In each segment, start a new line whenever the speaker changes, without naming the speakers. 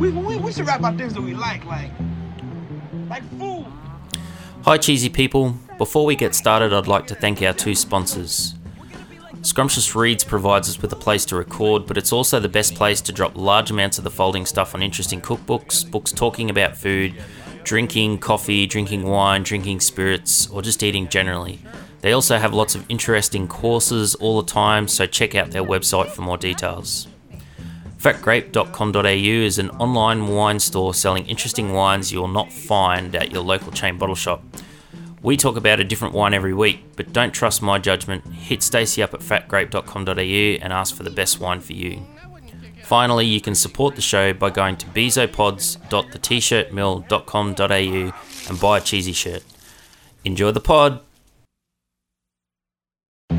We, we, we should rap about things that we like, like like food.
Hi, cheesy people. Before we get started, I'd like to thank our two sponsors. Scrumptious Reads provides us with a place to record, but it's also the best place to drop large amounts of the folding stuff on interesting cookbooks, books talking about food, drinking coffee, drinking wine, drinking spirits, or just eating generally. They also have lots of interesting courses all the time, so check out their website for more details. Fatgrape.com.au is an online wine store selling interesting wines you will not find at your local chain bottle shop. We talk about a different wine every week, but don't trust my judgment. Hit Stacey up at fatgrape.com.au and ask for the best wine for you. Finally, you can support the show by going to bezopods.thetshirtmill.com.au and buy a cheesy shirt. Enjoy the pod.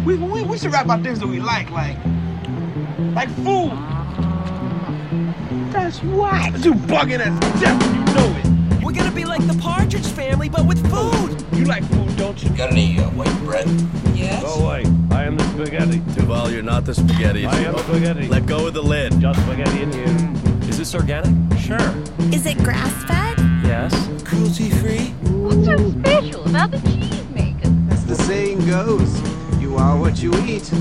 We, we, we should rap about things that we like, like like food. That's what. You bugging us, Jeff. You know it.
We're gonna be like the Partridge Family, but with food.
You like food, don't you?
Got any uh, white bread?
Yes.
Go away. I am the spaghetti.
Duval, you're not the spaghetti.
I am spaghetti.
Let go of the lid.
Just spaghetti in here.
Is this organic?
Sure.
Is it grass fed?
Yes.
Cruelty free?
What's so special about the cheese maker?
As the saying goes, you are what you eat.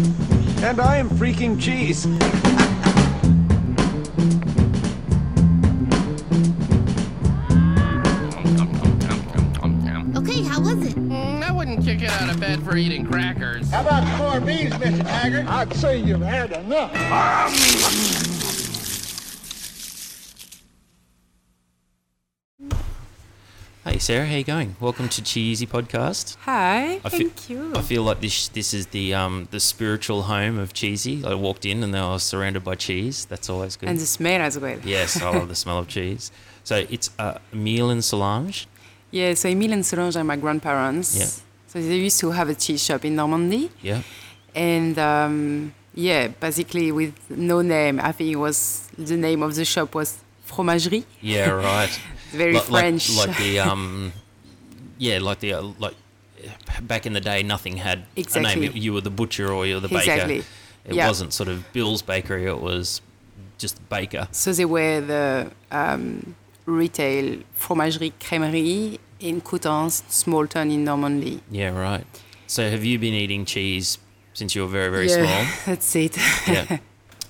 And I am freaking cheese.
Okay, how was it?
I wouldn't kick it out of bed for eating crackers.
How about four beans, Mr. Taggart? I'd say you've had enough.
Hey, Sarah, how you going? Welcome to Cheesy Podcast.
Hi,
I
thank
feel,
you.
I feel like this this is the um the spiritual home of cheesy. I walked in and I was surrounded by cheese. That's always good.
and the smell as well.
yes, I love the smell of cheese. So it's uh, Emile and Solange.
Yeah, so Emile and Solange are my grandparents.
Yeah.
So they used to have a tea shop in Normandy.
Yeah,
And um, yeah, basically with no name. I think it was the name of the shop was Fromagerie.
yeah, right.
Very
like,
French.
Like, like the um, yeah, like the uh, like uh, back in the day, nothing had a
Exactly.
name. You were the butcher or you were the
Exactly.
baker. It
Yeah.
wasn't sort of Bill's Bakery. It was just baker.
So they were the um, retail fromagerie crèmerie in Coutances, small town in Normandy.
Yeah, right. So have you been eating cheese since you were very, very
yeah,
small?
that's it.
Yeah.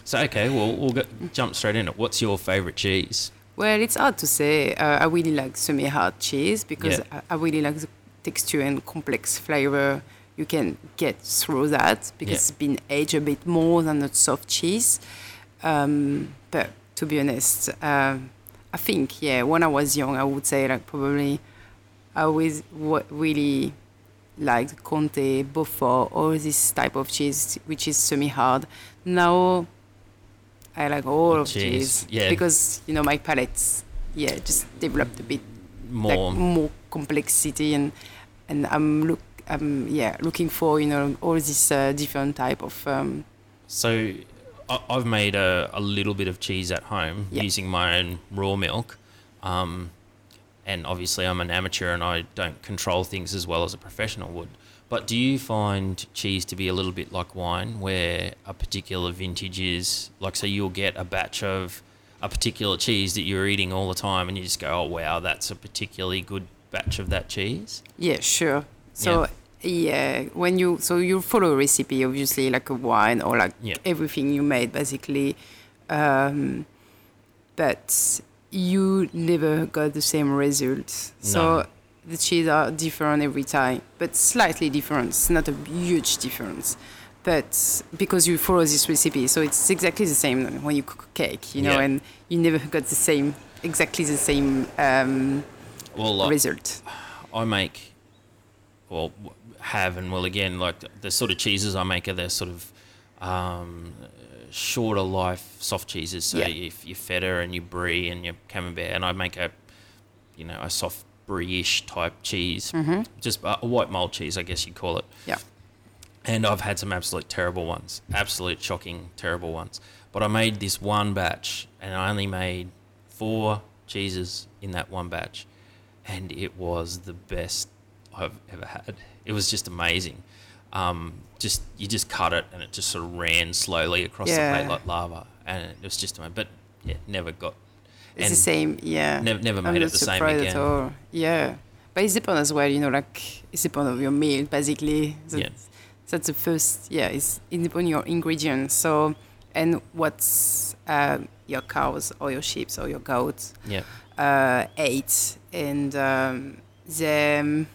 So okay, well we'll go, jump straight in. it. What's your favourite cheese?
Well, it's hard to say. Uh, I really like semi-hard cheese because
Yeah.
I, I really like the texture and complex flavor you can get through that because
Yeah.
it's been aged a bit more than the soft cheese. Um, but to be honest, uh, I think yeah, when I was young, I would say like probably I always wa- really liked Conte, Beaufort, all this type of cheese which is semi-hard. Now I like all of
Cheese,
cheese
yeah.
because you know my palate's yeah just developed a bit
More.
like more complexity and and I'm look I'm yeah looking for you know all these uh, different type of um,
So I, I've made a, a little bit of cheese at home
Yeah.
using my own raw milk. Um, and obviously, I'm an amateur and I don't control things as well as a professional would. But do you find cheese to be a little bit like wine, where a particular vintage is like, so you'll get a batch of a particular cheese that you're eating all the time, and you just go, oh, wow, that's a particularly good batch of that cheese?
Yeah, sure. So yeah. when you so you follow a recipe, obviously like a wine or like
Yeah.
everything you made basically, um, but you never got the same result.
No.
So the cheese are different every time, but slightly different. It's not a huge difference. But because you follow this recipe, so it's exactly the same when you cook a cake, you know,
Yeah.
and you never got the same, exactly the same um,
Well, like,
result.
I make, well, w- have and will again, like the, the sort of cheeses I make are the sort of um, uh, shorter life soft cheeses. So
Yeah.
if your feta and your brie and your camembert, and I make a, you know, a soft brie-ish type cheese, just a a white mold cheese, I guess you'd call it.
Yeah.
And I've had some absolute terrible ones, absolute shocking terrible ones. But I made this one batch, and I only made four cheeses in that one batch, and it was the best I've ever had. It was just amazing. Um, just you just cut it, and it just sort of ran slowly across
Yeah.
the plate like lava, and it was just amazing. But yeah, never got.
It's the
and
same, yeah.
nev- never
I'm
made it
not
the same
surprised
again.
At all. Yeah, but it's depend as well. You know, like it's depend of your meal basically. That's,
Yeah.
That's the first. Yeah, it's it depend your ingredients. So, and what's uh, your cows or your sheep or your goats
Yeah.
uh, ate, and um, the um,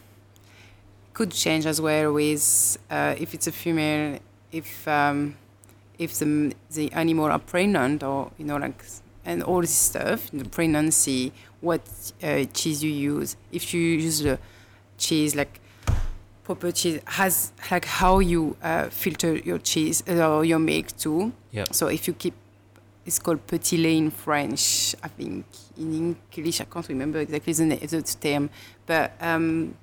could change as well with uh, if it's a female, if um, if the m- the animal are pregnant or you know like s- and all this stuff, the pregnancy, what uh, cheese you use, if you use the cheese like proper cheese has like how you uh, filter your cheese uh, or your milk too.
Yep.
So if you keep, it's called petit lait in French. I think in English I can't remember exactly the, na- the term, but um,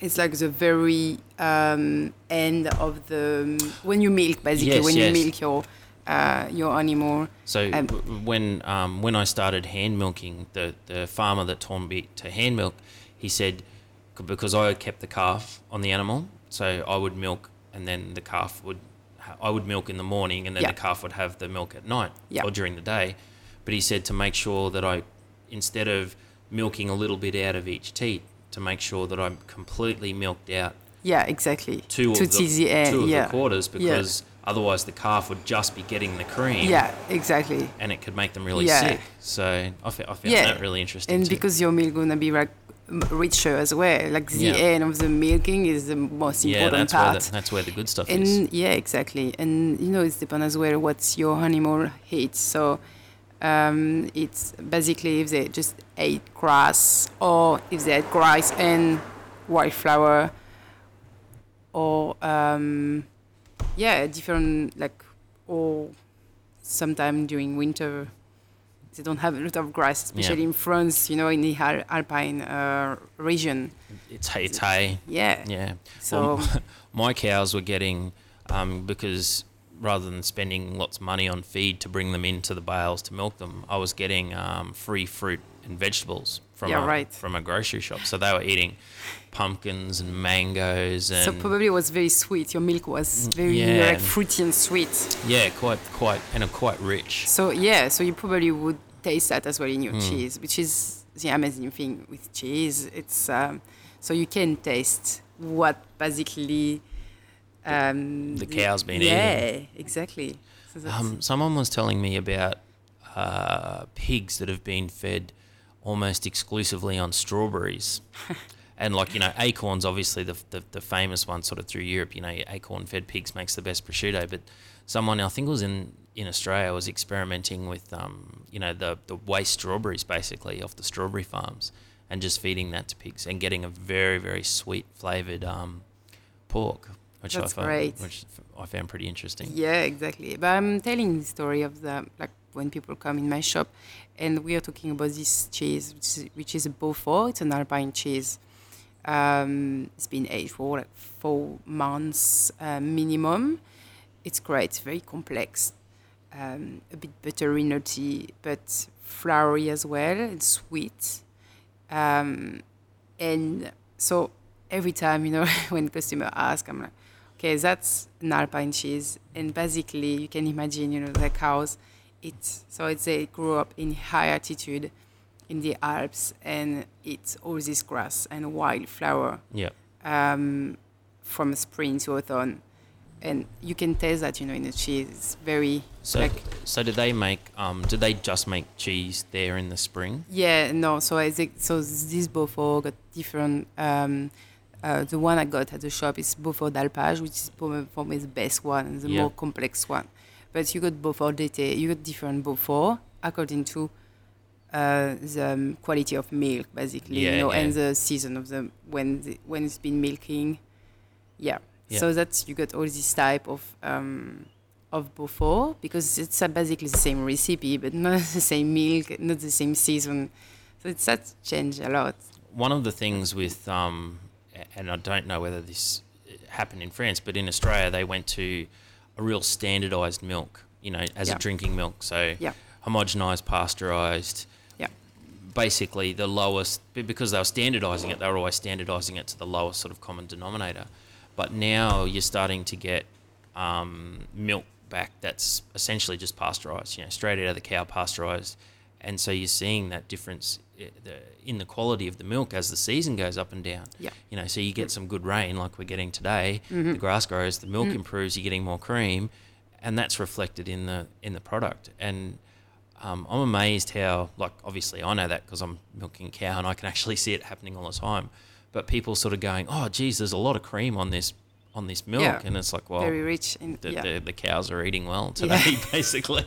it's like the very um, end of the when you milk basically
Yes,
when
yes.
you milk your uh, your animal.
So
Um,
w- w- when um, when I started hand milking, the, the farmer that taught me to hand milk, he said c- because I kept the calf on the animal, so I would milk and then the calf would ha- I would milk in the morning and then
Yeah.
the calf would have the milk at night
Yeah.
or during the day. But he said to make sure that I instead of milking a little bit out of each teat, to make sure that I'm completely milked out
Yeah, exactly.
two,
to
of, the,
till the end,
two of
yeah.
the quarters
Yeah.
because otherwise the calf would just be getting the cream
Yeah, exactly.
and it could make them really
Yeah.
sick. So I, f- I found that really interesting.
And
too.
because your milk gonna be like m- richer as well. Like the
Yeah.
end of the milking is the most
yeah,
important
that's where
part.
the, that's where the good stuff is.
and yeah, exactly. And you know, it's depend as well what your animal eats. So um, it's basically if they just ate grass, or if they ate grass and wildflower, or um, yeah, different like or sometime during winter they don't have a lot of grass, especially in France. You know, in the al- alpine uh, region.
It's hay, it's hay.
Yeah.
Yeah.
So-
m- my cows were getting um, because rather than spending lots of money on feed to bring them into the bales to milk them, I was getting um, free fruit and vegetables from
Yeah,
a,
right.
from a grocery shop. So they were eating pumpkins and mangoes and Mm,
So probably it was very sweet. Your milk was very
yeah,
like
and-
fruity and sweet.
yeah, quite quite and are quite rich.
So yeah, so you probably would taste that as well in your
Mm.
cheese, which is the amazing thing with cheese. It's um, so you can taste what basically um,
The cow's been
yeah,
eating.
exactly. So that's,
Um, someone was telling me about uh, pigs that have been fed almost exclusively on strawberries. and like you know, acorns obviously the, the the famous one sort of through Europe. You know, acorn fed pigs makes the best prosciutto. But someone I think it was in in Australia was experimenting with um you know the the waste strawberries basically off the strawberry farms and just feeding that to pigs and getting a very very sweet flavored um pork, which
That's
I found,
great.
which I found pretty interesting.
Yeah, exactly. But I'm telling the story of the like when people come in my shop, and we are talking about this cheese, which is, which is a Beaufort. It's an Alpine cheese. Um, it's been aged for like four months uh, minimum. It's great. It's very complex, um, a bit buttery, nutty, but flowery as well. It's sweet um, and so every time you know when customer ask i'm like okay that's an alpine cheese and basically you can imagine you know the cows eat so it's they grew up in high altitude in the alps and eat all this grass and wildflower
Yeah.
um, from spring to autumn and you can taste that you know in the cheese it's very
So,
like
so did they make? Um, did they just make cheese there in the spring?
Yeah, no. So I think so. This Beaufort got different. Um, uh, the one I got at the shop is Beaufort d'Alpage, which is probably, probably the best one and the
Yeah.
more complex one. But you got Beaufort d'été. You got different Beaufort according to uh, the um, quality of milk, basically,
Yeah,
you know, and
yeah.
the season of the when the, when it's been milking. Yeah.
Yeah.
So that's you got all this type of um, of Beaufort because it's uh, basically the same recipe, but not the same milk, not the same season. So it's that changed a lot.
One of the things with, um, a- and I don't know whether this uh, happened in France, but in Australia they went to a real standardised milk, you know, as
Yeah.
a drinking milk. So
Yeah.
homogenised, pasteurised.
Yeah.
basically the lowest be- because they were standardizing it they were always standardizing it to the lowest sort of common denominator but now you're starting to get um, milk back that's essentially just pasteurized you know straight out of the cow pasteurized and so you're seeing that difference i- the- in the quality of the milk as the season goes up and down.
Yeah.
You know, so you get some good rain like we're getting today.
Mhm.
The grass grows, the milk
Mm.
improves, you're getting more cream, and that's reflected in the in the product. And um, I'm amazed how like obviously I know that because I'm milking cow and I can actually see it happening all the time. But people sort of going, oh, geez, there's a lot of cream on this on this milk,
Yeah.
and it's like, well,
Very rich in-
the,
yeah.
the, the cows are eating well
Yeah.
today, basically.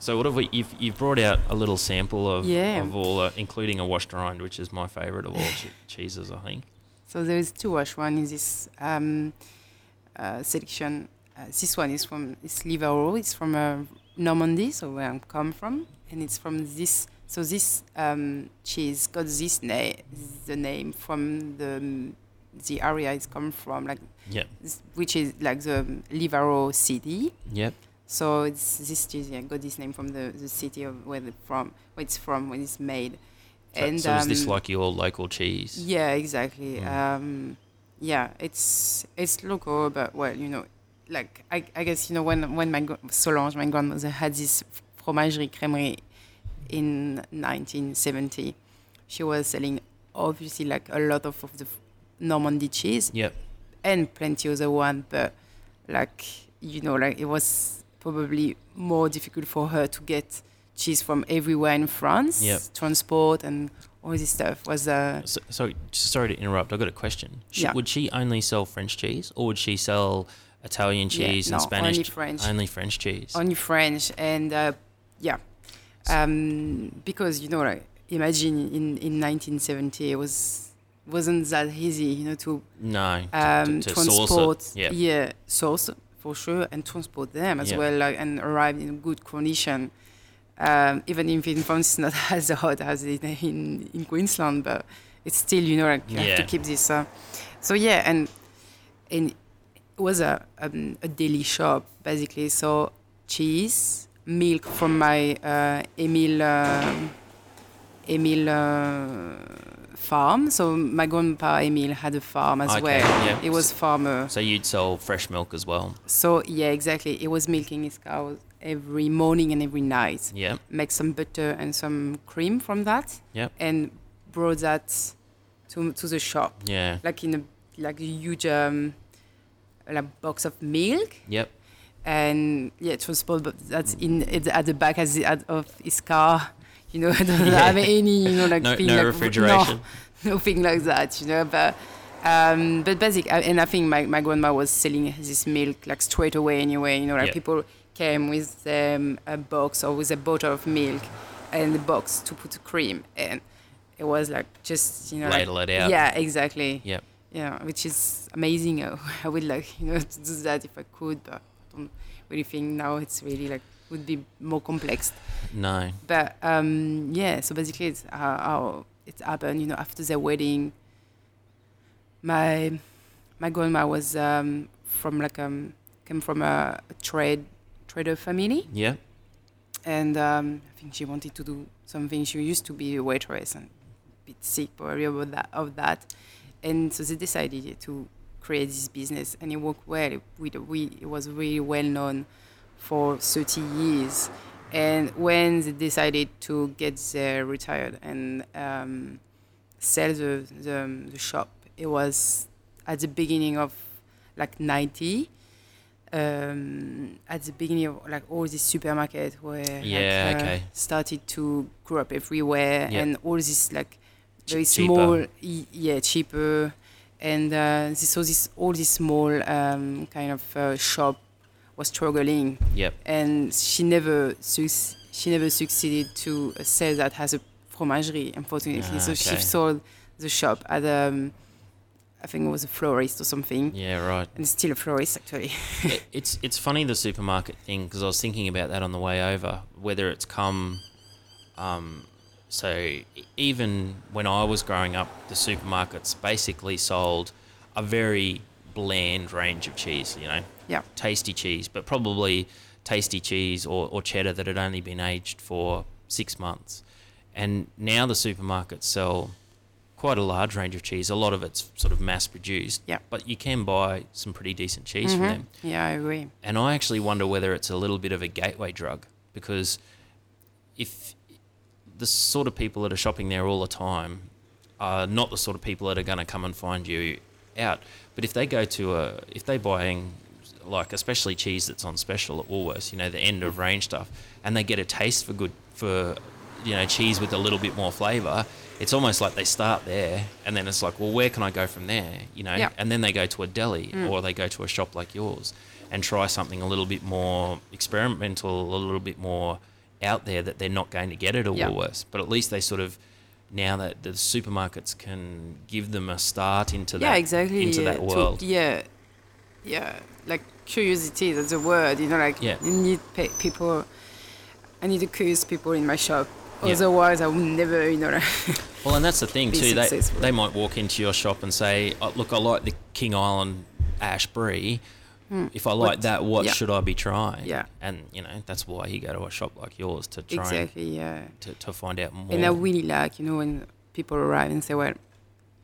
So what have we? You've, you've brought out a little sample of
Yeah.
of all, uh, including a washed rind, which is my favourite of all che- cheeses, I think.
So there is two wash. One is this um, uh, selection. Uh, this one is from it's Livaro. It's from uh, Normandy, so where I'm come from, and it's from this. So this um, cheese got this name, the name from the the area it's come from, like
Yep.
s- which is like the Livaro city.
Yep.
So it's this cheese yeah, got this name from the, the city of where the from where it's from when it's made.
So, so is this
um,
like your local cheese?
yeah, exactly.
Mm.
Um, yeah, it's it's local, but well, you know, like I, I guess you know when when my gr- Solange, my grandmother, had this fromagerie crèmerie in 1970, she was selling obviously like a lot of, of the Normandy cheese.
Yep.
And plenty other one, but like you know, like it was probably more difficult for her to get cheese from everywhere in France.
Yep.
Transport and all this stuff was uh,
So, so sorry to interrupt. I've got a question. She,
Yeah.
Would she only sell French cheese, or would she sell Italian
Yeah,
cheese and
no,
Spanish?
only
che-
French.
Only French cheese.
only French, and uh, yeah, um, because you know, like imagine in, in 1970 it was wasn't that easy, you know, to
No, to-
um,
to- to source it,
transport,
yeah.
yeah, source for sure, and transport them as
Yeah.
well, like, and arrive in good condition. Um, even if in France it's not as hot as it in in Queensland, but it's still you know like you have to
Yeah.
keep this. Uh, so yeah, and and it was a um, a daily shop basically. So cheese, milk from my uh, Emil uh, Emil uh, farm. So my grandpa Emil had a farm as
Okay,
well.
yeah.
It was farmer.
So you'd sell fresh milk as well.
So yeah, exactly. It was milking his cows every morning and every night.
Yep.
Make some butter and some cream from that.
Yep.
And brought that to to the shop.
Yeah.
Like in a like a huge um, like box of milk
Yep.
and yeah, transport. But that's in at the- at the back as the, at, of his car. You know, I don't
Yeah.
have any. You know, like
No-
thing
no
like,
refrigeration.
no, nothing like that. You know, but um, but basic. I- And I think my, my grandma was selling this milk like straight away anyway. You know, like
Yeah.
people came with um, a box or with a bottle of milk and the box to put cream and. It was like just you know like-
Ladle it out.
Yeah, exactly.
Yep.
Yeah, which is amazing. Uh, I would like you know to do that if I could, but I don't really think now it's really like would be more complex.
No.
But um, yeah, so basically it's how, how it happened. You know, after their wedding, my my grandma was um, from like um came from a trade trader family
Yep.
and um, I think she wanted to do something. She used to be a waitress and a bit sick probably about that, of that, and so they decided to create this business, and it worked well. We, we it was really well known for 30 years, and when they decided to get their retired and um, sell the, um, the the shop, it was at the beginning of like 90 um, at the beginning of like all these supermarkets were like, uh,
Yeah, okay.
started to grow up everywhere
Yeah.
and all this like very
cheaper.
small y- yeah cheaper and uh, this, so this all this small um, kind of uh, shop was struggling
Yep.
and she never suc- she never succeeded to sell that as a fromagerie unfortunately
Ah,
so she
okay.
sold the shop at um, I think it was a florist or something
Yeah. Right.
and it's still a florist actually
It- it's it's funny the supermarket thing because I was thinking about that on the way over whether it's come. Um, so e- even when I was growing up, the supermarkets basically sold a very bland range of cheese. You know,
Yeah.
tasty cheese, but probably tasty cheese or, or cheddar that had only been aged for six months. And now the supermarkets sell quite a large range of cheese. A lot of it's sort of mass produced,
Yeah.
but you can buy some pretty decent cheese from
Mhm.
them.
Yeah, I agree.
And I actually wonder whether it's a little bit of a gateway drug because if the sort of people that are shopping there all the time are not the sort of people that are going to come and find you out. But if they go to a, if they're buying, like especially cheese that's on special at Woolworths, you know, the end of range stuff, and they get a taste for good for, you know, cheese with a little bit more flavour. It's almost like they start there, and then it's like, well, where can I go from there? You know,
Yeah.
and then they go to a deli
Mm.
or they go to a shop like yours and try something a little bit more experimental, a little bit more out there that they're not going to get at a
Yeah.
Woolworths. But at least they sort of now that the supermarkets can give them a start into
yeah,
that
exactly.
into that
to-
world.
yeah, yeah. Like curiosity, that's a word. You know, like
Yeah.
you need pe- people. I need to curious people in my shop.
Yeah.
Otherwise, I would never, you know. Like
Well, and that's the thing
Be
too. They,
successful.
they might walk into your shop and say, oh, "Look, I like the King Island ash brie.
Mm.
If I like
What-
that, what
yeah.
should I be trying?"
Yeah.
and you know that's why you go to a shop like yours to try
exactly. Yeah.
and, to, to find out more.
And I really like, you know, when people arrive and say, well,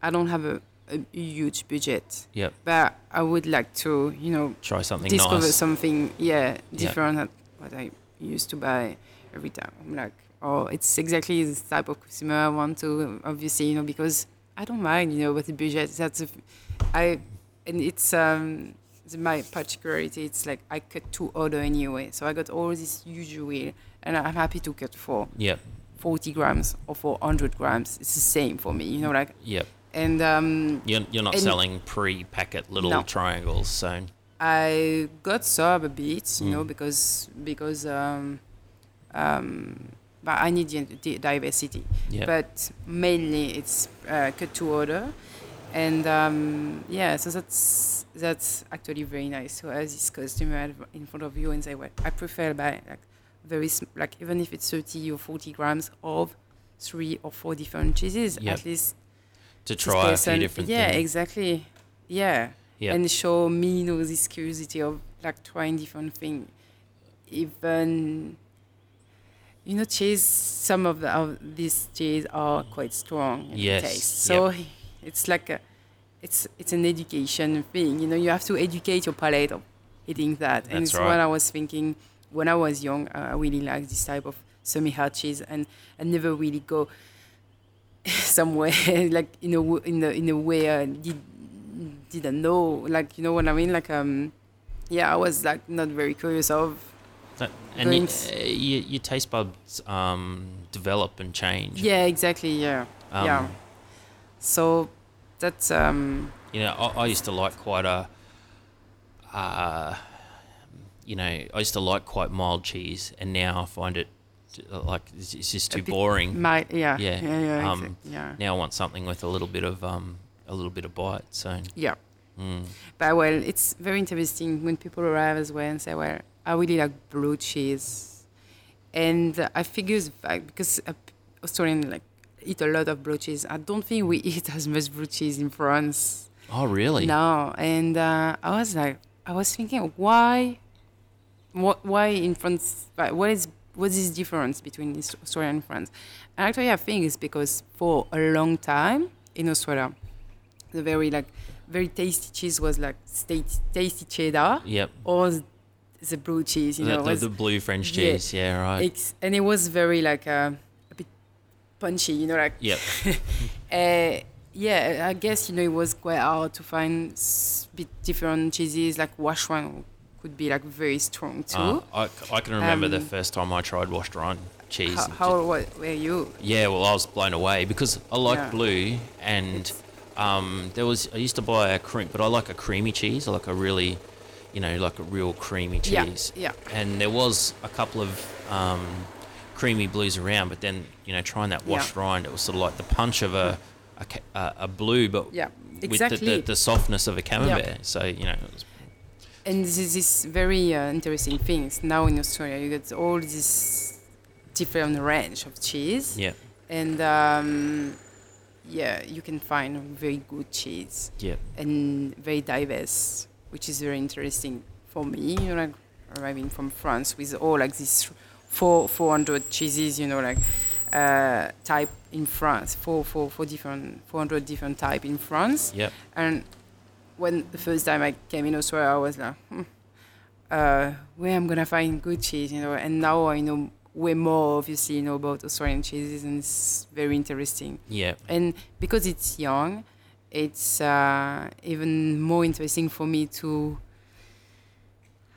I don't have a, a huge budget,
Yep.
but I would like to, you know,
Try something
discover
nice.
something, yeah,
Yeah.
different than what I used to buy every time. I'm like, oh, it's exactly the type of consumer I want to, obviously, you know, because I don't mind, you know, with the budget. That's, a, I, and it's, um, it's my particularity, it's like I cut to order anyway. So I got all this usual, and I'm happy to cut four.
Yep.
40 grams or 400 grams it's the same for me you know like
Yep.
and um
You're, you're not
and
selling pre-packet little
No.
triangles, so
i got sub a bit you know
Mm.
because because um um but i need di- di- diversity
Yeah.
but mainly it's uh, cut to order and um yeah so that's that's actually very nice to have this customer in front of you and say well i prefer buy like very sm- like even if it's 30 or 40 grams of three or four different cheeses
Yeah.
at least
to
this
try a few
person-
different
yeah,
things.
exactly. Yeah.
Yeah.
And show me, you know, this curiosity of like trying different thing. Even, you know, cheese, some of, the, of these cheese are quite strong in
Yes,
taste. So it's like a, it's, it's an education thing. You know, you have to educate your palate of eating that. and
That's
it's
right.
what I was thinking when I was young. Uh, I really liked this type of semi-hard cheese and I never really go somewhere like in a w- in a in a way I did didn't know like you know what I mean like um yeah I was like not very curious of
That- and you,
drinks.
uh, you, your taste buds um, develop and change.
yeah exactly yeah
Um,
yeah so that's um
You know, I, I used to like quite a, uh, you know, I used to like quite mild cheese, and now I find it uh, like it's, it's just
a
too
bit
boring.
my yeah
yeah,
yeah yeah,
um,
exact- yeah.
Now I want something with a little bit of um, a little bit of bite. So
yeah
mm,
but well it's very interesting when people arrive as well and say well I really like blue cheese and uh, I figure it's fact because uh, Australian like eat a lot of blue cheese I don't think we eat as much blue cheese in France
oh really?
No, and uh, I was like, I was thinking, why, what, why in France? like, What is what is difference between Aus- Australia and France? And actually, I think it's because for a long time in Australia, the very like very tasty cheese was like state, tasty cheddar
Yep.
or the- the blue cheese. You
The-
know,
the,
was,
the blue French
yeah.
cheese. Yeah, right.
it's, and it was very like uh, a bit punchy. You know, like
Yep.
uh, yeah, I guess you know it was quite hard to find s- bit different cheeses. Like wash one could be like very strong too.
Uh, I, I can remember the
Um,
first time I tried washed rind cheese.
how
and
how old wa- were you?
Yeah, well, I was blown away because I like
Yeah.
blue, and um, there was I used to buy a cream, but I like a creamy cheese. I like a really, you know, like a real creamy
Yeah,
cheese.
yeah.
And there was a couple of um, creamy blues around, but then you know, trying that
Yeah.
washed rind, it was sort of like the punch of a a, ca- a, a blue, but
Yeah,
with the,
exactly.
the, the softness of a camembert. So you know, it was,
And this is this very uh, interesting things now in Australia. You get all this different range of cheese,
yeah,
and um, yeah, you can find very good cheese
yeah,
and very diverse, which is very interesting for me. You know, like arriving from France with all like these four four hundred cheeses. You know, like uh, type in France, four four four different four hundred different type in France.
yeah,
And when the first time I came in Australia, I was like, hmm, uh, where I'm gonna find good cheese, you know. And now I know way more obviously you know about Australian cheeses, and it's very interesting.
Yeah.
And because it's young, it's uh, even more interesting for me to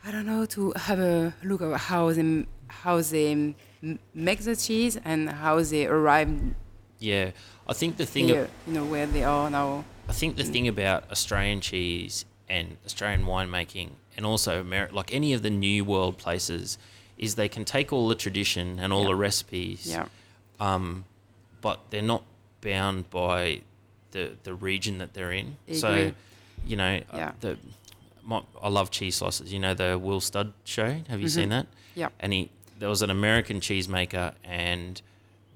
I don't know to have a look at how they how they m- make the cheese and how they arrive
Yeah, I think the thing.
here, you know where they are now.
I think the thing about Australian cheese and Australian winemaking, and also Ameri- like any of the New World places, is they can take all the tradition and all the recipes,
Yeah.
um, but they're not bound by the the region that they're in.
I
so,
agree.
you know, uh,
Yeah.
the my, I love cheese slices. You know the Will Stud show. Have you seen
Mhm.
that?
Yeah.
And he there was an American cheesemaker, and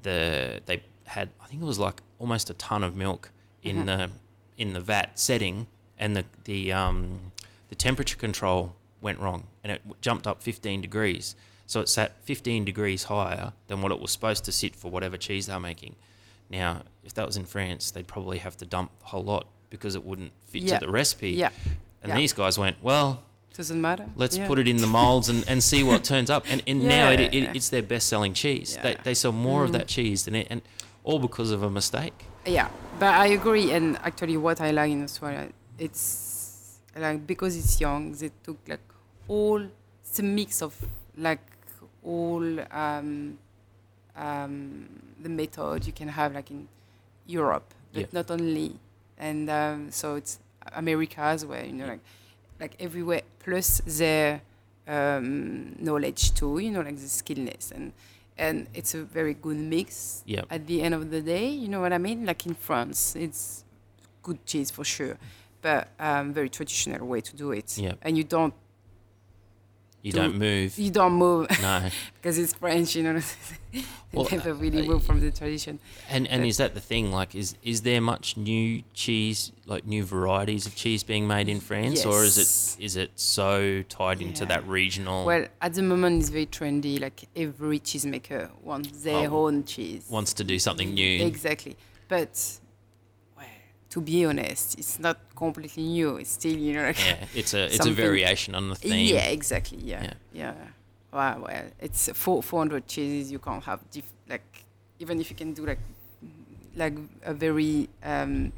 the they had I think it was like almost a ton of milk in
Mhm.
the in the vat setting, and the the um the temperature control went wrong, and it w- jumped up 15 degrees. So it sat 15 degrees higher than what it was supposed to sit for whatever cheese they're making. Now, if that was in France, they'd probably have to dump a whole lot because it wouldn't fit
Yeah.
to the recipe.
Yeah.
And
Yeah.
these guys went, well,
Doesn't matter.
let's
Yeah.
put it in the molds and, and see what turns up. And, and now it,
Yeah. Mm.
it, it's their best selling cheese. They, they sell more of that cheese than it, and all because of a mistake.
Yeah, but I agree. And actually, what I like in Australia, it's like because it's young, they took like all it's a mix of like all um, um, the method you can have like in Europe, but
Yeah.
not only. And um, so it's America as well, you know, like like everywhere. Plus their um, knowledge too, you know, like the skillness and and it's a very good mix
Yeah.
at the end of the day. You know what I mean? Like in France, it's good cheese for sure, but um, very traditional way to do it.
Yeah.
And you don't
You
Do-
do, not move.
you don't move
no.
because it's French. You know, they
Well,
never
uh,
really
uh,
move from the tradition.
And and is that the thing? Like, is is there much new cheese, like new varieties of cheese being made in France, or is
Yes.
it is it so tied into
Yeah.
that regional?
Well, at the moment, it's very trendy. Like every cheesemaker wants their
Oh,
own cheese.
wants to do something new.
Exactly. But well, to be honest, it's not completely new. It's still, you know, like
Yeah, it's a it's a
something-
variation on the theme.
Yeah, exactly. Yeah,
Yeah.
yeah. Wow, well, it's four four hundred cheeses. You can't have diff- like even if you can do like like a very um,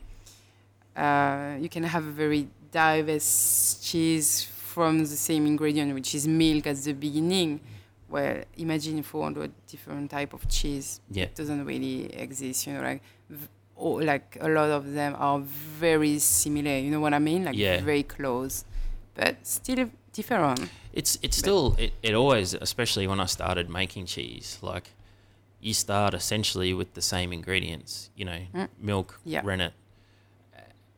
uh, you can have a very diverse cheese from the same ingredient, which is milk at the beginning. Well, imagine four hundred different type of cheese.
Yeah.
It doesn't really exist. You know, like. v- All, like a lot of them are very similar. You know what I mean? Like
Yeah.
very close but still different.
It's it's still it, it always, especially when I started making cheese, like you start essentially with the same ingredients, you know, milk,
Mm. Yeah.
rennet,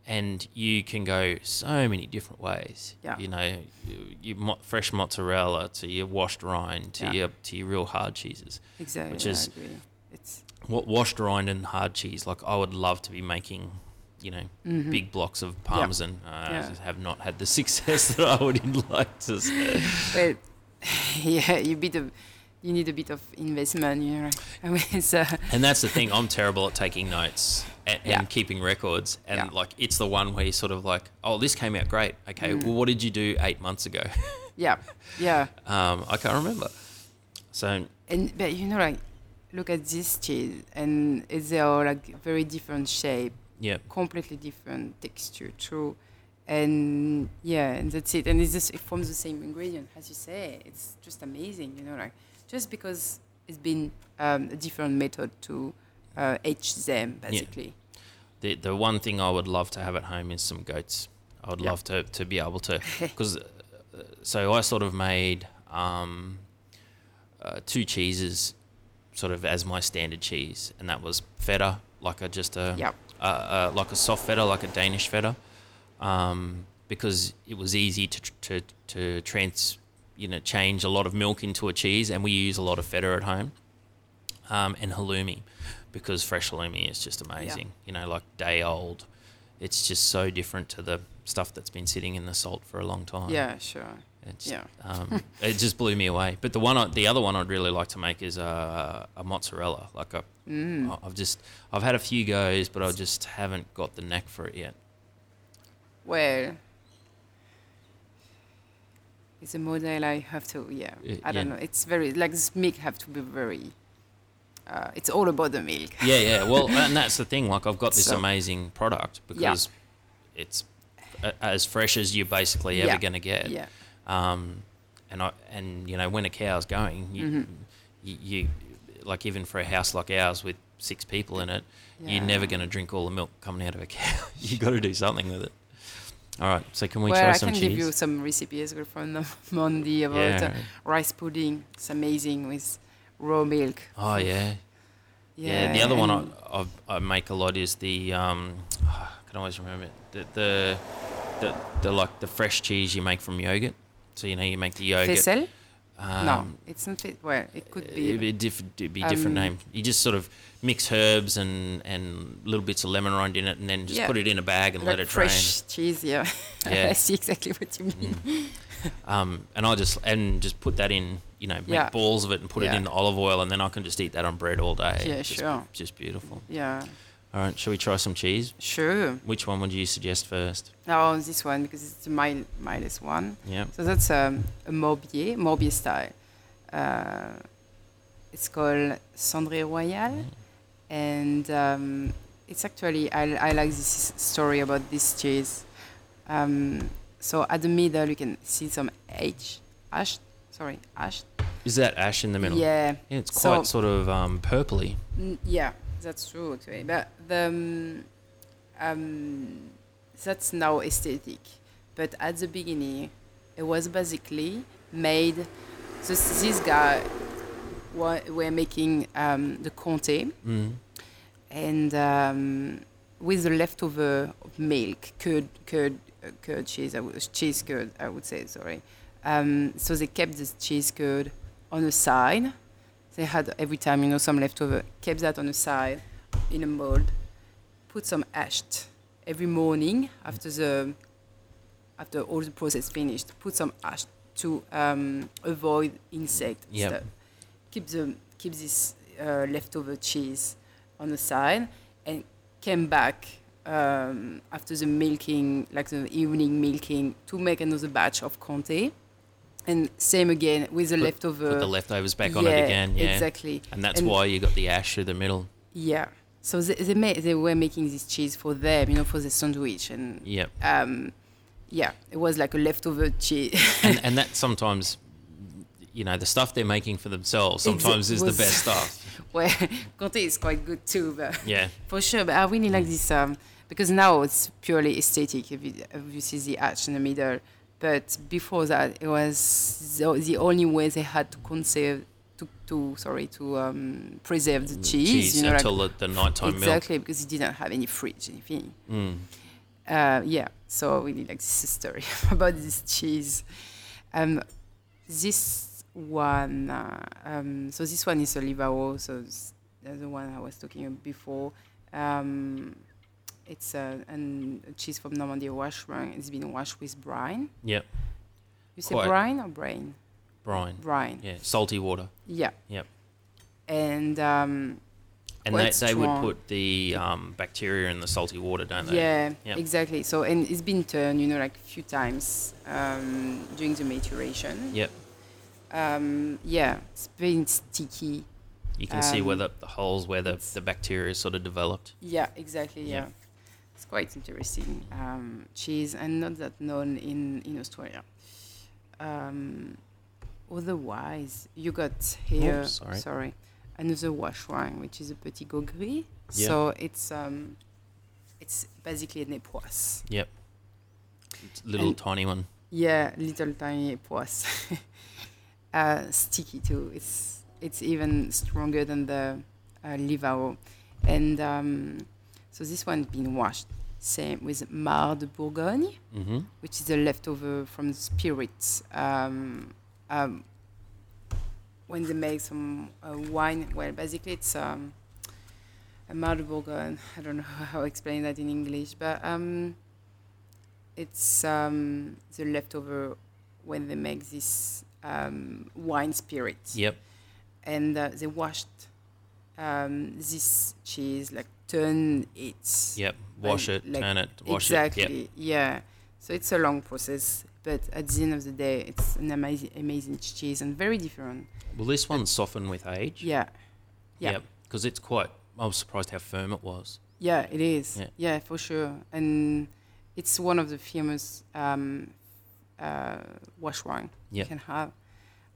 and you can go so many different ways.
Yeah.
You know, you, you mo- fresh mozzarella to your washed rind to
Yeah.
your to your real hard cheeses.
Exactly.
Which is
I agree. It's
what washed rind and hard cheese. Like I would love to be making, you know, big blocks of parmesan. Uh, I
Mm-hmm. Yeah.
just have not had the success that I would like to. s-
well, yeah, you bit of, you need a bit of investment, you know. I mean, so
And that's the thing. I'm terrible at taking notes and, and
Yeah.
keeping records. And
Yeah.
like, it's the one where you sort of like, oh, this came out great. Okay,
Mm.
well, what did you do eight months ago?
yeah, yeah.
um, I can't remember. So
And but you know, like, look at this cheese, and it's- they are like very different shape,
yeah,
completely different texture, true. And yeah, and that's it. And it's just it forms the same ingredient, as you say. It's just amazing, you know, like just because it's been um, a different method to uh, age them, basically.
the the one thing I would love to have at home is some goats. I would love to to be able to because uh, so I sort of made um, uh, two cheeses sort of as my standard cheese, and that was feta, like a just a
Yep.
uh, uh, like a soft feta, like a Danish feta, um, because it was easy to tr- to to trans you know change a lot of milk into a cheese, and we use a lot of feta at home, um, and halloumi, because fresh halloumi is just amazing. You know, like day old, it's just so different to the stuff that's been sitting in the salt for a long time.
Yeah, sure.
It's,
Yeah.
um, it just blew me away. But the one, I, the other one I'd really like to make is a, a mozzarella. Like a,
Mm.
have just, I've had a few goes, but I just haven't got the knack for it yet.
Well, It's a model I have to, yeah.
Y-
I don't
yeah.
know. It's very, like this milk have to be very, uh, it's all about the milk.
Yeah, yeah. Well, and that's the thing. Like, I've got this
So-
amazing product because it's a- as fresh as you're basically
Yeah.
ever going to get.
Yeah.
Um, and I and you know when a cow's going, you,
Mhm.
you, you like even for a house like ours with six people in it, you're never
Yeah.
going to drink all the milk coming out of a cow. you got to do something with it. All right. So can we
well,
try
I
some
can
cheese?
give you some recipe as well from the Monday about
Yeah,
uh,
right.
rice pudding. It's amazing with raw milk.
Oh yeah. Yeah. the
Yeah,
other one
and-
I, I I make a lot is the um, I can always remember it. The, the the the like the fresh cheese you make from yogurt. So you know you make the yogurt.
Faisal? no,
Um,
it's not. Fe- well, it could be.
It'd be, diff- it'd be a different
Um,
name. You just sort of mix herbs and, and little bits of lemon rind in it, and then just
Yeah.
put it in a bag and
like
let it drain.
fresh cheese. Yeah,
Yeah. Mm.
I see exactly what you mean.
Um, and I just and just put that in, you know, make
Yeah.
balls of it and put it
Yeah.
in the olive oil, and then I can just eat that on bread all day.
Yeah,
Just-
sure.
Just beautiful.
Yeah,
All right, shall we try some cheese?
sure.
Which one would you suggest first?
Now this one because it's the mild, mildest one.
Yeah.
So that's um, a Morbier, Morbier style. Uh, it's called Cendré Royal, and um, it's actually I, I like this story about this cheese. Um, so at the middle you can see some H, ash, sorry, ash.
Is that ash in the middle?
Yeah.
Yeah, it's
So-
quite sort of um, purpley.
Mm, yeah, that's true actually. But the um, um, that's now aesthetic. But at the beginning, it was basically made. So s- this guy wa- were making um, the Conte
Mm.
and um, with the leftover of milk, curd, curd, uh, curd cheese, I w- cheese curd, I would say, sorry. Um, so they kept this cheese curd on the side. They had every time, you know, some leftover, kept that on the side in a mold, put some ash every morning after the after all the process finished, put some ash to um, avoid insect
Yep.
stuff. Keep the keep this uh, leftover cheese on the side, and came back um, after the milking, like the evening milking, to make another batch of Conte, and same again with the
Put-
leftover.
Put the leftovers back on it
Yeah,
again. Yeah,
exactly.
And that's
And-
why you got the ash through the middle.
Yeah. So they they, made, they were making this cheese for them, you know, for the sandwich, and
Yep.
um, yeah, it was like a leftover cheese.
and, and that sometimes, you know, the stuff they're making for themselves
Exa-
sometimes is
was-
the best stuff.
well, Conte is quite good too, but
Yeah.
for sure. But I really like this um, because now it's purely aesthetic. If you, if you see the arch in the middle, but before that, it was the, the only way they had to conserve, to, to sorry, to um, preserve the cheese.
Cheese
you know, like-
until the, the nighttime
exactly because it didn't have any fridge, anything.
milk. Mm.
Uh, yeah, so I really like this story about this cheese. Um, this one, uh, um, so this one is Olivao, so it's the other one I was talking about before. Um, it's a, an, a cheese from Normandy wash run. It's been washed with brine.
Yep.
You say
Quite.
brine or brain?
Brine.
Brine.
Yeah. Salty water.
Yeah.
Yep.
And um,
And
Quite
they, they would
strong.
put the um, bacteria in the salty water, don't they?
Yeah,
Yep.
exactly. So and it's been turned, you know, like a few times um, during the maturation.
Yep.
Um, yeah, it's been sticky.
You can see where
Um,
the, the holes where the,
it's-
the bacteria sort of developed.
Yeah, exactly.
Yeah.
Yeah, it's quite interesting um, cheese and not that known in in Australia. Um, otherwise, you got here.
sorry.
another wash wine, which is a petit gros gris.
Yeah.
So it's um, it's basically an époisse.
Yep. Little
And-
tiny one.
Yeah, little tiny poise. uh, sticky too. It's it's even stronger than the uh, Livao, and um, so this one's been washed same with Mar de Bourgogne,
Mm-hmm.
which is a leftover from the spirits. Um, um, when they make some uh, wine, well, basically it's um, a Mar de Bourgogne. I don't know how to explain that in English, but um, it's um, the leftover when they make this um, wine spirit.
Yep.
And uh, they washed um, this cheese, like turn it
Yep. Wash
Like-
it.
like-
turn it. Wash
exactly,
it. Yep.
yeah. So it's a long process. But at the end of the day, it's an amazing, amazing cheese and very different.
Will this one soften with age?
Yeah. Yeah.
Because it's quite. I was surprised how firm it was.
Yeah, it is.
Yeah.
Yeah, for sure. And it's one of the famous um, uh, wash wine
Yeah.
you can have.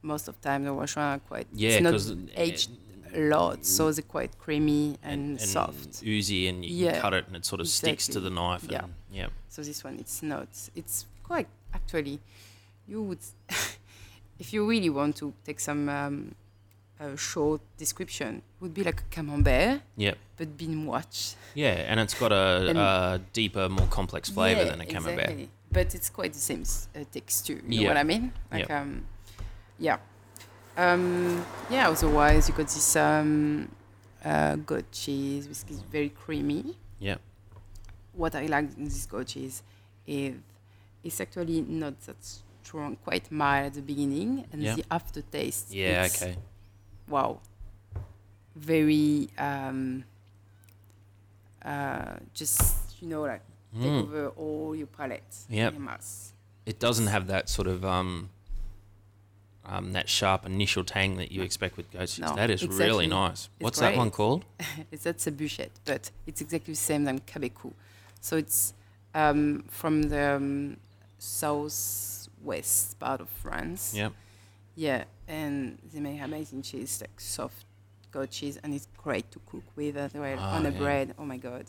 Most of time, the wash wine are quite
Yeah,
it's
'cause, uh,
not aged a lot, so they're quite creamy and,
and
soft.
oozy, and you can
Yeah,
cut it, and it sort of sticks to
exactly.
the knife.
Yeah.
And, yeah.
So this one, it's not. It's quite actually. You would, if you really want to take some um, uh short description, it would be like a camembert,
Yeah.
but been watched.
Yeah, and it's got a,
And-
a deeper, more complex flavour
Yeah,
than a camembert.
exactly. But it's quite the same s- uh, texture. You
Yeah.
know what I mean? Like,
Yeah.
um, yeah. Um, yeah, otherwise, you got this um, uh, goat cheese, which is very creamy.
Yeah.
What I like in this goat cheese is it's actually not that strong, quite mild at the beginning, and
Yeah.
the aftertaste.
Yeah,
it's-
okay.
Wow. Very um, uh, just, you know, like take
Mm.
over all your palate.
Yep.
Your mouth.
It doesn't have that sort of um, um, that sharp initial tang that you expect with goat cheese.
No,
that is really
exactly.
nice.
It's
What's that one
great.
called?
it's that's a bouchette, but it's exactly the same than Quebecu. So it's um, from the um, southwest part of France.
Yeah.
Yeah, and they make amazing cheese, like soft goat cheese, and it's great to cook with as well
Ah,
on a
yeah.
bread. Oh my god.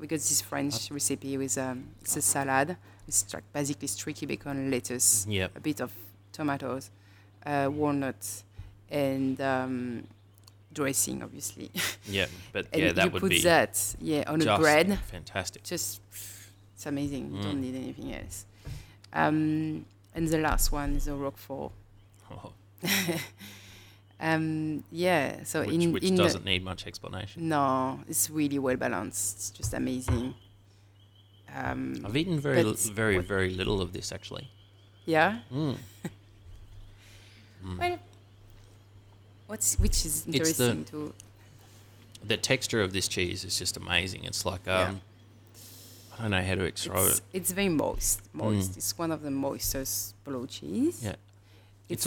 We got this French recipe with um, it's a salad. It's like basically streaky bacon, lettuce,
Yep.
a bit of tomatoes, uh, walnuts, and um, dressing, obviously.
Yeah, but
and
yeah, that
you
would
put
be
that yeah on a
just Mm.
bread.
Fantastic.
Just it's amazing. You don't need anything else. Um, and the last one is a roquefort.
Oh,
Um, yeah, so
which
in
which
in the-
doesn't need much explanation.
no, it's really well balanced. It's just amazing. Um,
I've eaten very
but
li-
it's
very
what-
very little of this actually.
yeah.
Mm.
Well, what's which is
Hmm. the-
interesting too.
The texture of this cheese is just amazing. It's like
Yeah.
um, I don't know how to describe
It's,
it.
it's very moist. Moist. It's one of the moistest blue cheese.
Hmm. Yeah,
It's,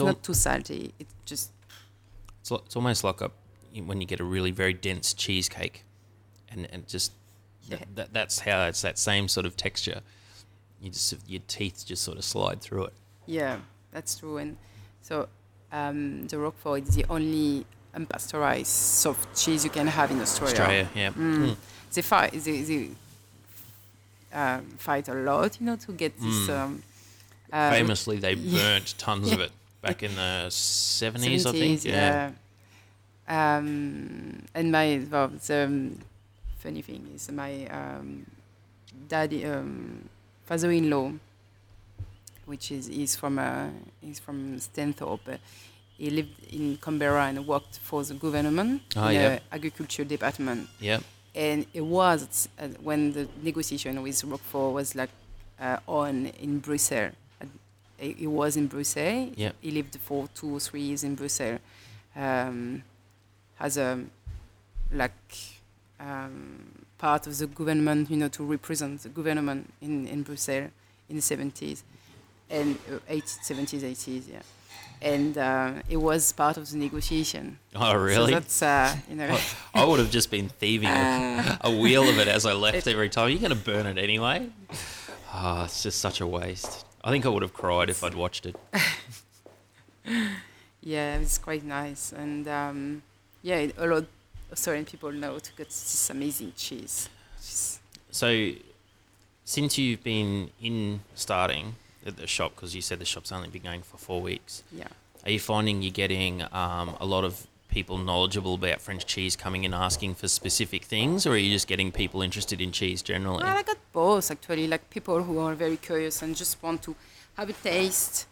It's al-
not too salty. It's just
it's al- it's almost like a when you get a really very dense cheesecake, and and just th-
Yeah.
that that's how it's that same sort of texture. You just your teeth just sort of slide through it.
Yeah, that's true. And so um, the Roquefort is the only unpasteurized soft cheese you can have in Australia.
Australia, yeah.
Oh, Mm.
Mm.
They fight. They, they um, fight a lot, you know, to get this.
Mm.
Um, uh,
Famously, they
yeah.
burnt tons of it back in the seventies, I think.
70s, yeah. Um, and my well, the um, funny thing is my um, daddy, um, father-in-law, which is he's from uh, he's from Stanthorpe. Uh, He lived in Canberra and worked for the government
Ah,
in
yeah.
the agriculture department.
yeah.
And it was uh, when the negotiation with Roquefort was like uh, on in Brussels. And He he was in Brussels.
Yeah.
He lived for two or three years in Brussels. Um, as a like um, part of the government, you know, to represent the government in, in Brussels in the 70s and uh, 80s, 70s, 80s, yeah. And uh, it was part of the negotiation.
Oh, really?
So that's, uh, you know.
I- I would have just been thieving a, a wheel of it as I left every time. You're going to burn it anyway. Ah, it's just such a waste. I think I would have cried if I'd watched it.
Yeah, it's quite nice, and um, yeah, it, a lot Australian people know to get this amazing cheese. Just-
So, since you've been in starting at the shop, because you said the shop's only been going for four weeks,
yeah,
are you finding you're getting um, a lot of people knowledgeable about French cheese coming in asking for specific things, or are you just getting people interested in cheese generally?
well, I got both actually, like people who are very curious and just want to have a taste,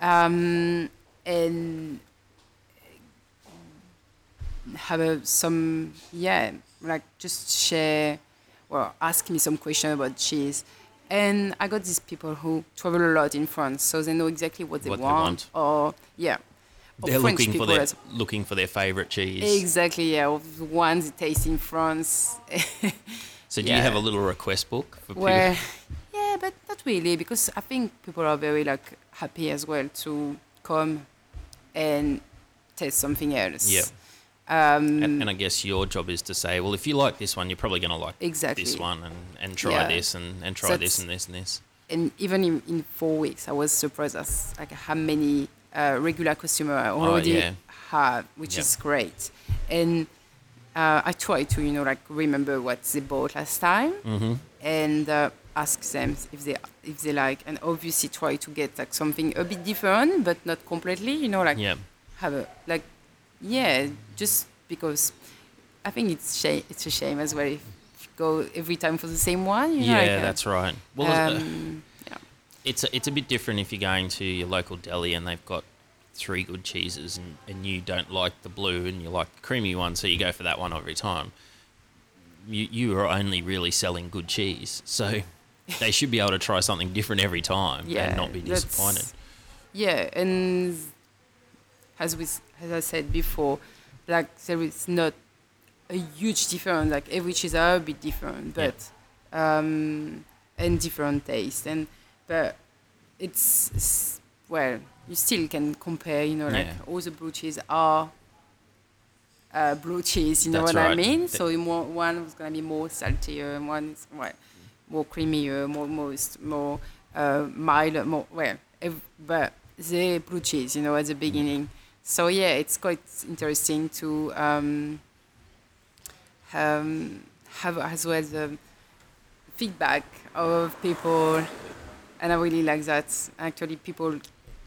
um, and have a, some yeah, like just share or ask me some question about cheese. And I got these people who travel a lot in France, so they know exactly what they,
What they
want, Or yeah, or
They're
French
looking for
people
their
as
looking for their favorite cheese.
Exactly, yeah. Of the ones that taste in France.
So do you
Yeah.
have a little request book for people?
Where, yeah, Yeah, but not really, because I think people are very like happy as well to come and taste something else.
Yep.
Um,
and, and I guess your job is to say, well, if you like this one, you're probably going to like
Exactly.
this one, and, and try
Yeah.
this, and, and try
So
this,
it's-
and this, and this.
and even in, in four weeks, I was surprised as like how many uh, regular customer I already
Oh, yeah.
have, which
Yeah.
is great. And uh, I try to you know like remember what they bought last time
Mhm.
and uh, ask them if they if they like, and obviously try to get like something a bit different, but not completely. You know like
Yeah.
have a like yeah just because I think it's shame it's a shame as well if you go every time for the same one. You know,
Yeah,
like, uh,
that's right. Well, it's-
um, yeah.
it's a, it's a bit different if you're going to your local deli and they've got three good cheeses, and, and you don't like the blue and you like the creamy one, so you go for that one every time. You you are only really selling good cheese, so they should be able to try something different every time and not be
that's-
disappointed.
Yeah, and as we s- as I said before, like there is not a huge difference. Like every cheese are a bit different,
Yeah.
but um, and different taste, and but it's s- well, you still can compare. You know, like
Yeah.
all the blue cheese are. Uh, blue cheese, you know
That's
what I
right.
mean.
Th-
So you more, one is gonna be more saltier, and one is well, more creamier, more most more uh, mild, more well. ev- but the blue cheese, you know, at the
Mm.
beginning. So yeah, it's quite interesting to um, um, have as well the feedback of people, and I really like that. Actually, people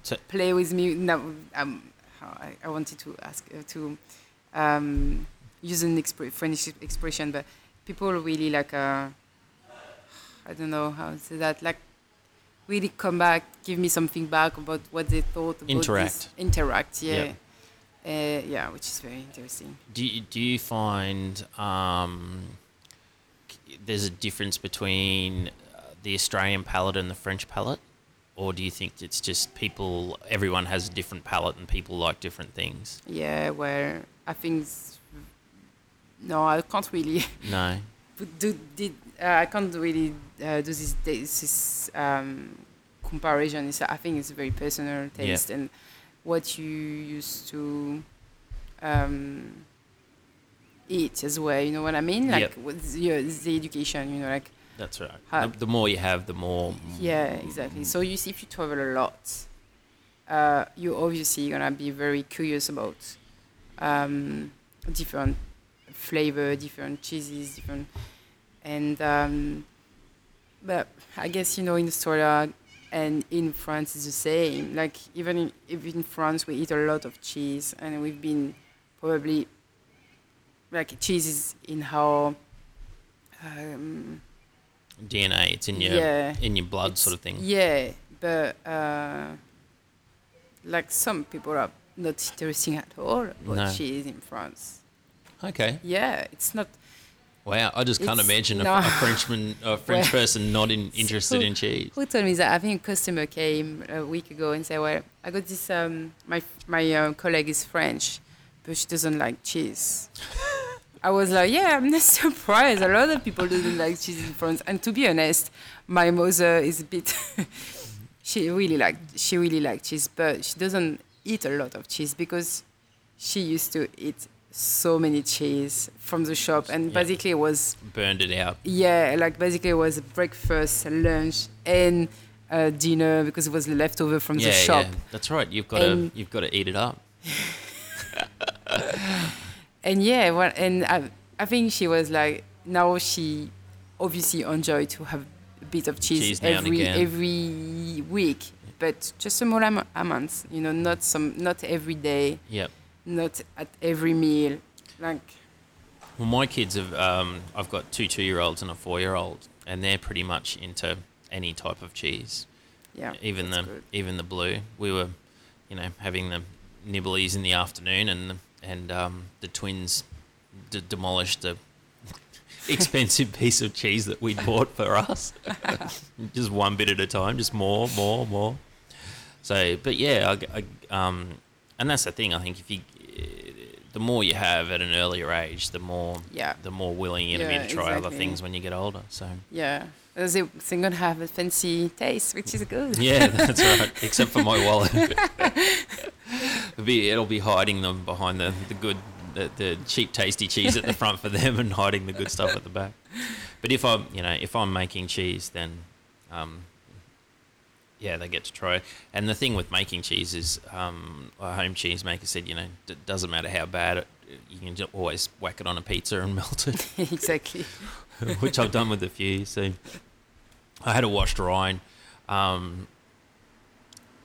So-
play with me. No, um, I, I wanted to ask uh, to um, use an expre- French expression, but people really like. Uh, I don't know how to say that. Like, really come back, give me something back about what they thought. About
Interact.
This. Interact. Yeah.
Yep.
Uh, yeah, which is very interesting.
Do you, do you find um, c- there's a difference between uh, the Australian palate and the French palate, or do you think it's just people? Everyone has a different palate, and people like different things.
Yeah, where I think. s- No, I can't really
No,
do. Did uh, I can't really uh, do this this um, comparison. It's, I think it's very personal
Yeah.
taste and what you used to um, eat as well. You know what I mean? Like
Yep.
what's your the education. You know, like
that's right.
Ha-
the, the more you have, the more.
Yeah, exactly. So you see, if you travel a lot, uh, you're obviously gonna be very curious about um, different flavor, different cheeses, different, and um, but I guess you know in Australia and in France it's the same. Like even in, if in France we eat a lot of cheese, and we've been probably like cheese is in how. Um,
DNA. It's in your
Yeah.
in your blood, sort of thing.
yeah, but uh, like some people are not interesting at all about
No.
cheese in France.
Okay.
Yeah, it's not
Wow. I just can't
It's-
imagine a,
no.
a Frenchman, a French person, not in, interested
who-
in cheese.
Who told me that? I think a customer came a week ago and said, "Well, I got this. Um, my my uh, colleague is French, but she doesn't like cheese." I was like, "Yeah, I'm not surprised. A lot of people doesn't like cheese in France." And to be honest, my mother is a bit. she really like she really like cheese, but she doesn't eat a lot of cheese because she used to eat so many cheese from the shop, and
Yeah.
basically it was
Burned it out.
yeah, like basically it was breakfast, lunch, and uh, dinner because it was leftover from
yeah,
the shop.
yeah. That's right. You've got
And-
to you've got to eat it up.
And yeah, well, and I, I think she was like now she obviously enjoyed to have a bit of cheese,
Cheese now and
every
again.
every week, but just small am- amounts, you know, not some, not every day,
Yep.
not at every meal, like
Well, my kids have. Um, I've got two two-year-olds and a four-year-old, and they're pretty much into any type of cheese,
yeah,
even the
that's good.
even the blue. We were, you know, having the nibblies in the afternoon, and the, and um, the twins d- demolished the expensive piece of cheese that we'd bought for us, just one bit at a time, just more, more, more. So, but yeah, I, I- um, and that's the thing. I think if you the more you have at an earlier age, the more
Yeah.
the more willing you're gonna
Yeah,
be to try other
exactly.
things when you get older. So
Yeah. Uh, They, they're going to have a fancy taste, which is good.
yeah, that's right. Except for my wallet, it'll be it'll be hiding them behind the the good the, the cheap tasty cheese at the front for them and hiding the good stuff at the back. But if I'm you know if I'm making cheese, then um, yeah, they get to try it. And the thing with making cheese is, um, a home cheese maker said, you know, it doesn't matter how bad it, you can ju- always whack it on a pizza and melt it.
exactly.
which I've done with a few. So I had a washed rind, um,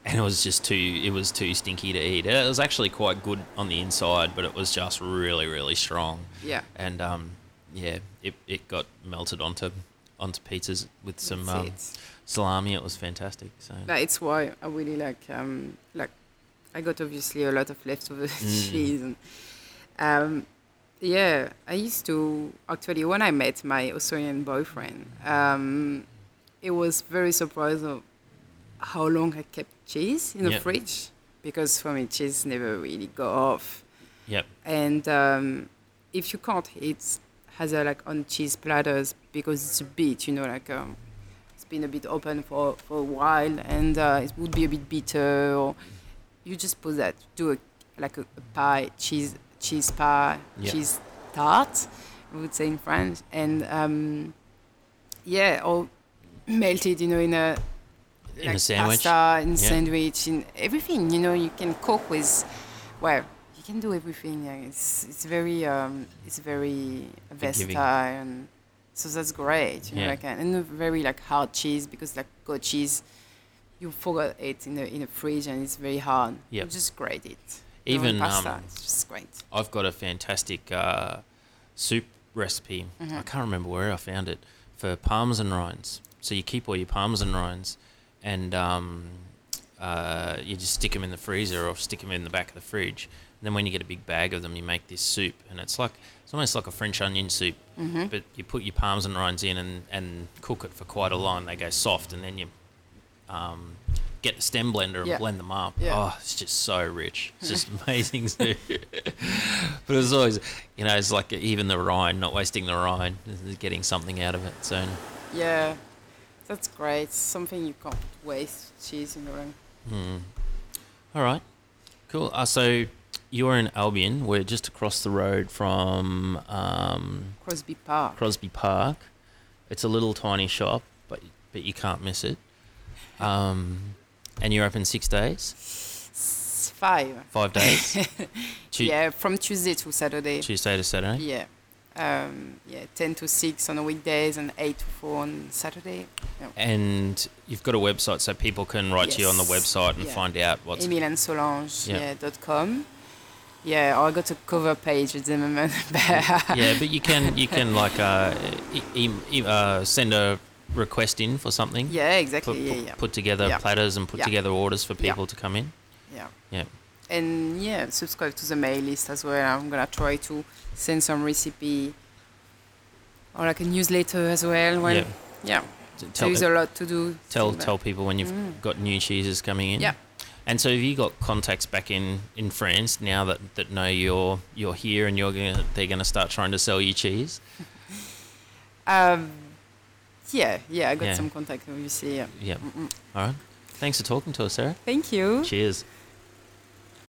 and it was just too it was too stinky to eat. It was actually quite good on the inside, but it was just really really strong.
Yeah.
and um, yeah, it, it got melted onto onto pizzas with some
That's
um,
it.
salami. It was fantastic. So
Like, it's why I really like um like I got obviously a lot of leftover cheese and um yeah I used to actually when I met my Australian boyfriend um it was very surprised of how long I kept cheese in the
Yeah.
fridge because for me cheese never really go off
yep,
and um, if you can't eat hazard like on cheese platters because it's a bit you know like um, it's been a bit open for, for a while and uh, it would be a bit bitter or you just put that do a like a, a pie cheese cheese pie
Yeah.
cheese tart we would say in french and um, yeah or melt it you know in a
in a sandwich.
pasta, in
Yeah.
sandwich, in everything. You know, you can cook with, well, you can do everything. Yeah. It's it's very um, it's very versatile, and so that's great. You
Yeah.
know, like and and a very like hard cheese because like goat cheese, you forgot it in the in the fridge and it's very hard.
Yep.
You just grate it. You know,
Even,
pasta,
um,
it's just great.
I've got a fantastic uh, soup recipe. I can't remember where I found it for palms and rinds. So you keep all your palms and rinds, and um, uh, you just stick them in the freezer or stick them in the back of the fridge. And then when you get a big bag of them, you make this soup, and it's like it's almost like a French onion soup, but you put your palms and rinds in and, and cook it for quite a long. They go soft, and then you um, get the stem blender and
Yeah.
blend them up.
Yeah.
Oh, it's just so rich. It's just amazing soup. but it's always, you know, it's like even the rind, not wasting the rind, getting something out of it. So
Yeah, that's great. Something you can't waste cheese. You know. like-
All right. Cool. Uh, so you're in Albion. We're just across the road from um,
Crosby Park.
Crosby Park. It's a little tiny shop, but but you can't miss it. Um, and you're open six days,
It's five.
five days. Tu-
yeah, from Tuesday to Saturday.
Tuesday to Saturday.
Yeah. Um, yeah, 10 to 6 on the weekdays and 8 to 4 on Saturday. Yeah.
And you've got a website, so people can write to you on the
Yes.
website and
Yeah.
find out what's.
Emile and Solange,
Yeah.
yeah. dot com. Yeah, oh, I got a cover page at the moment. but
Yeah, but you can you can like uh, e- e- e- uh, send a request in for something.
yeah,
put,
exactly. yeah,
put-
yeah.
put together
Yeah.
platters and put
Yeah.
together orders for
Yeah.
people to come in.
yeah.
Yeah.
And yeah, subscribe to the mail list as well. I'm going to try to send some recipe or like a newsletter as well. Well,
Yeah.
yeah.
T- Tell,
There's a lot to do.
tell
So,
tell people when you've got new cheeses coming in.
Yeah.
And so have you got contacts back in, in France now that, that know you're you're here and you're gonna they're gonna start trying to sell you cheese?
Um, yeah, yeah, I got
Yeah.
some contact, obviously. Yeah.
Yeah. All right. Thanks for talking to us, Sarah.
Thank you.
Cheers.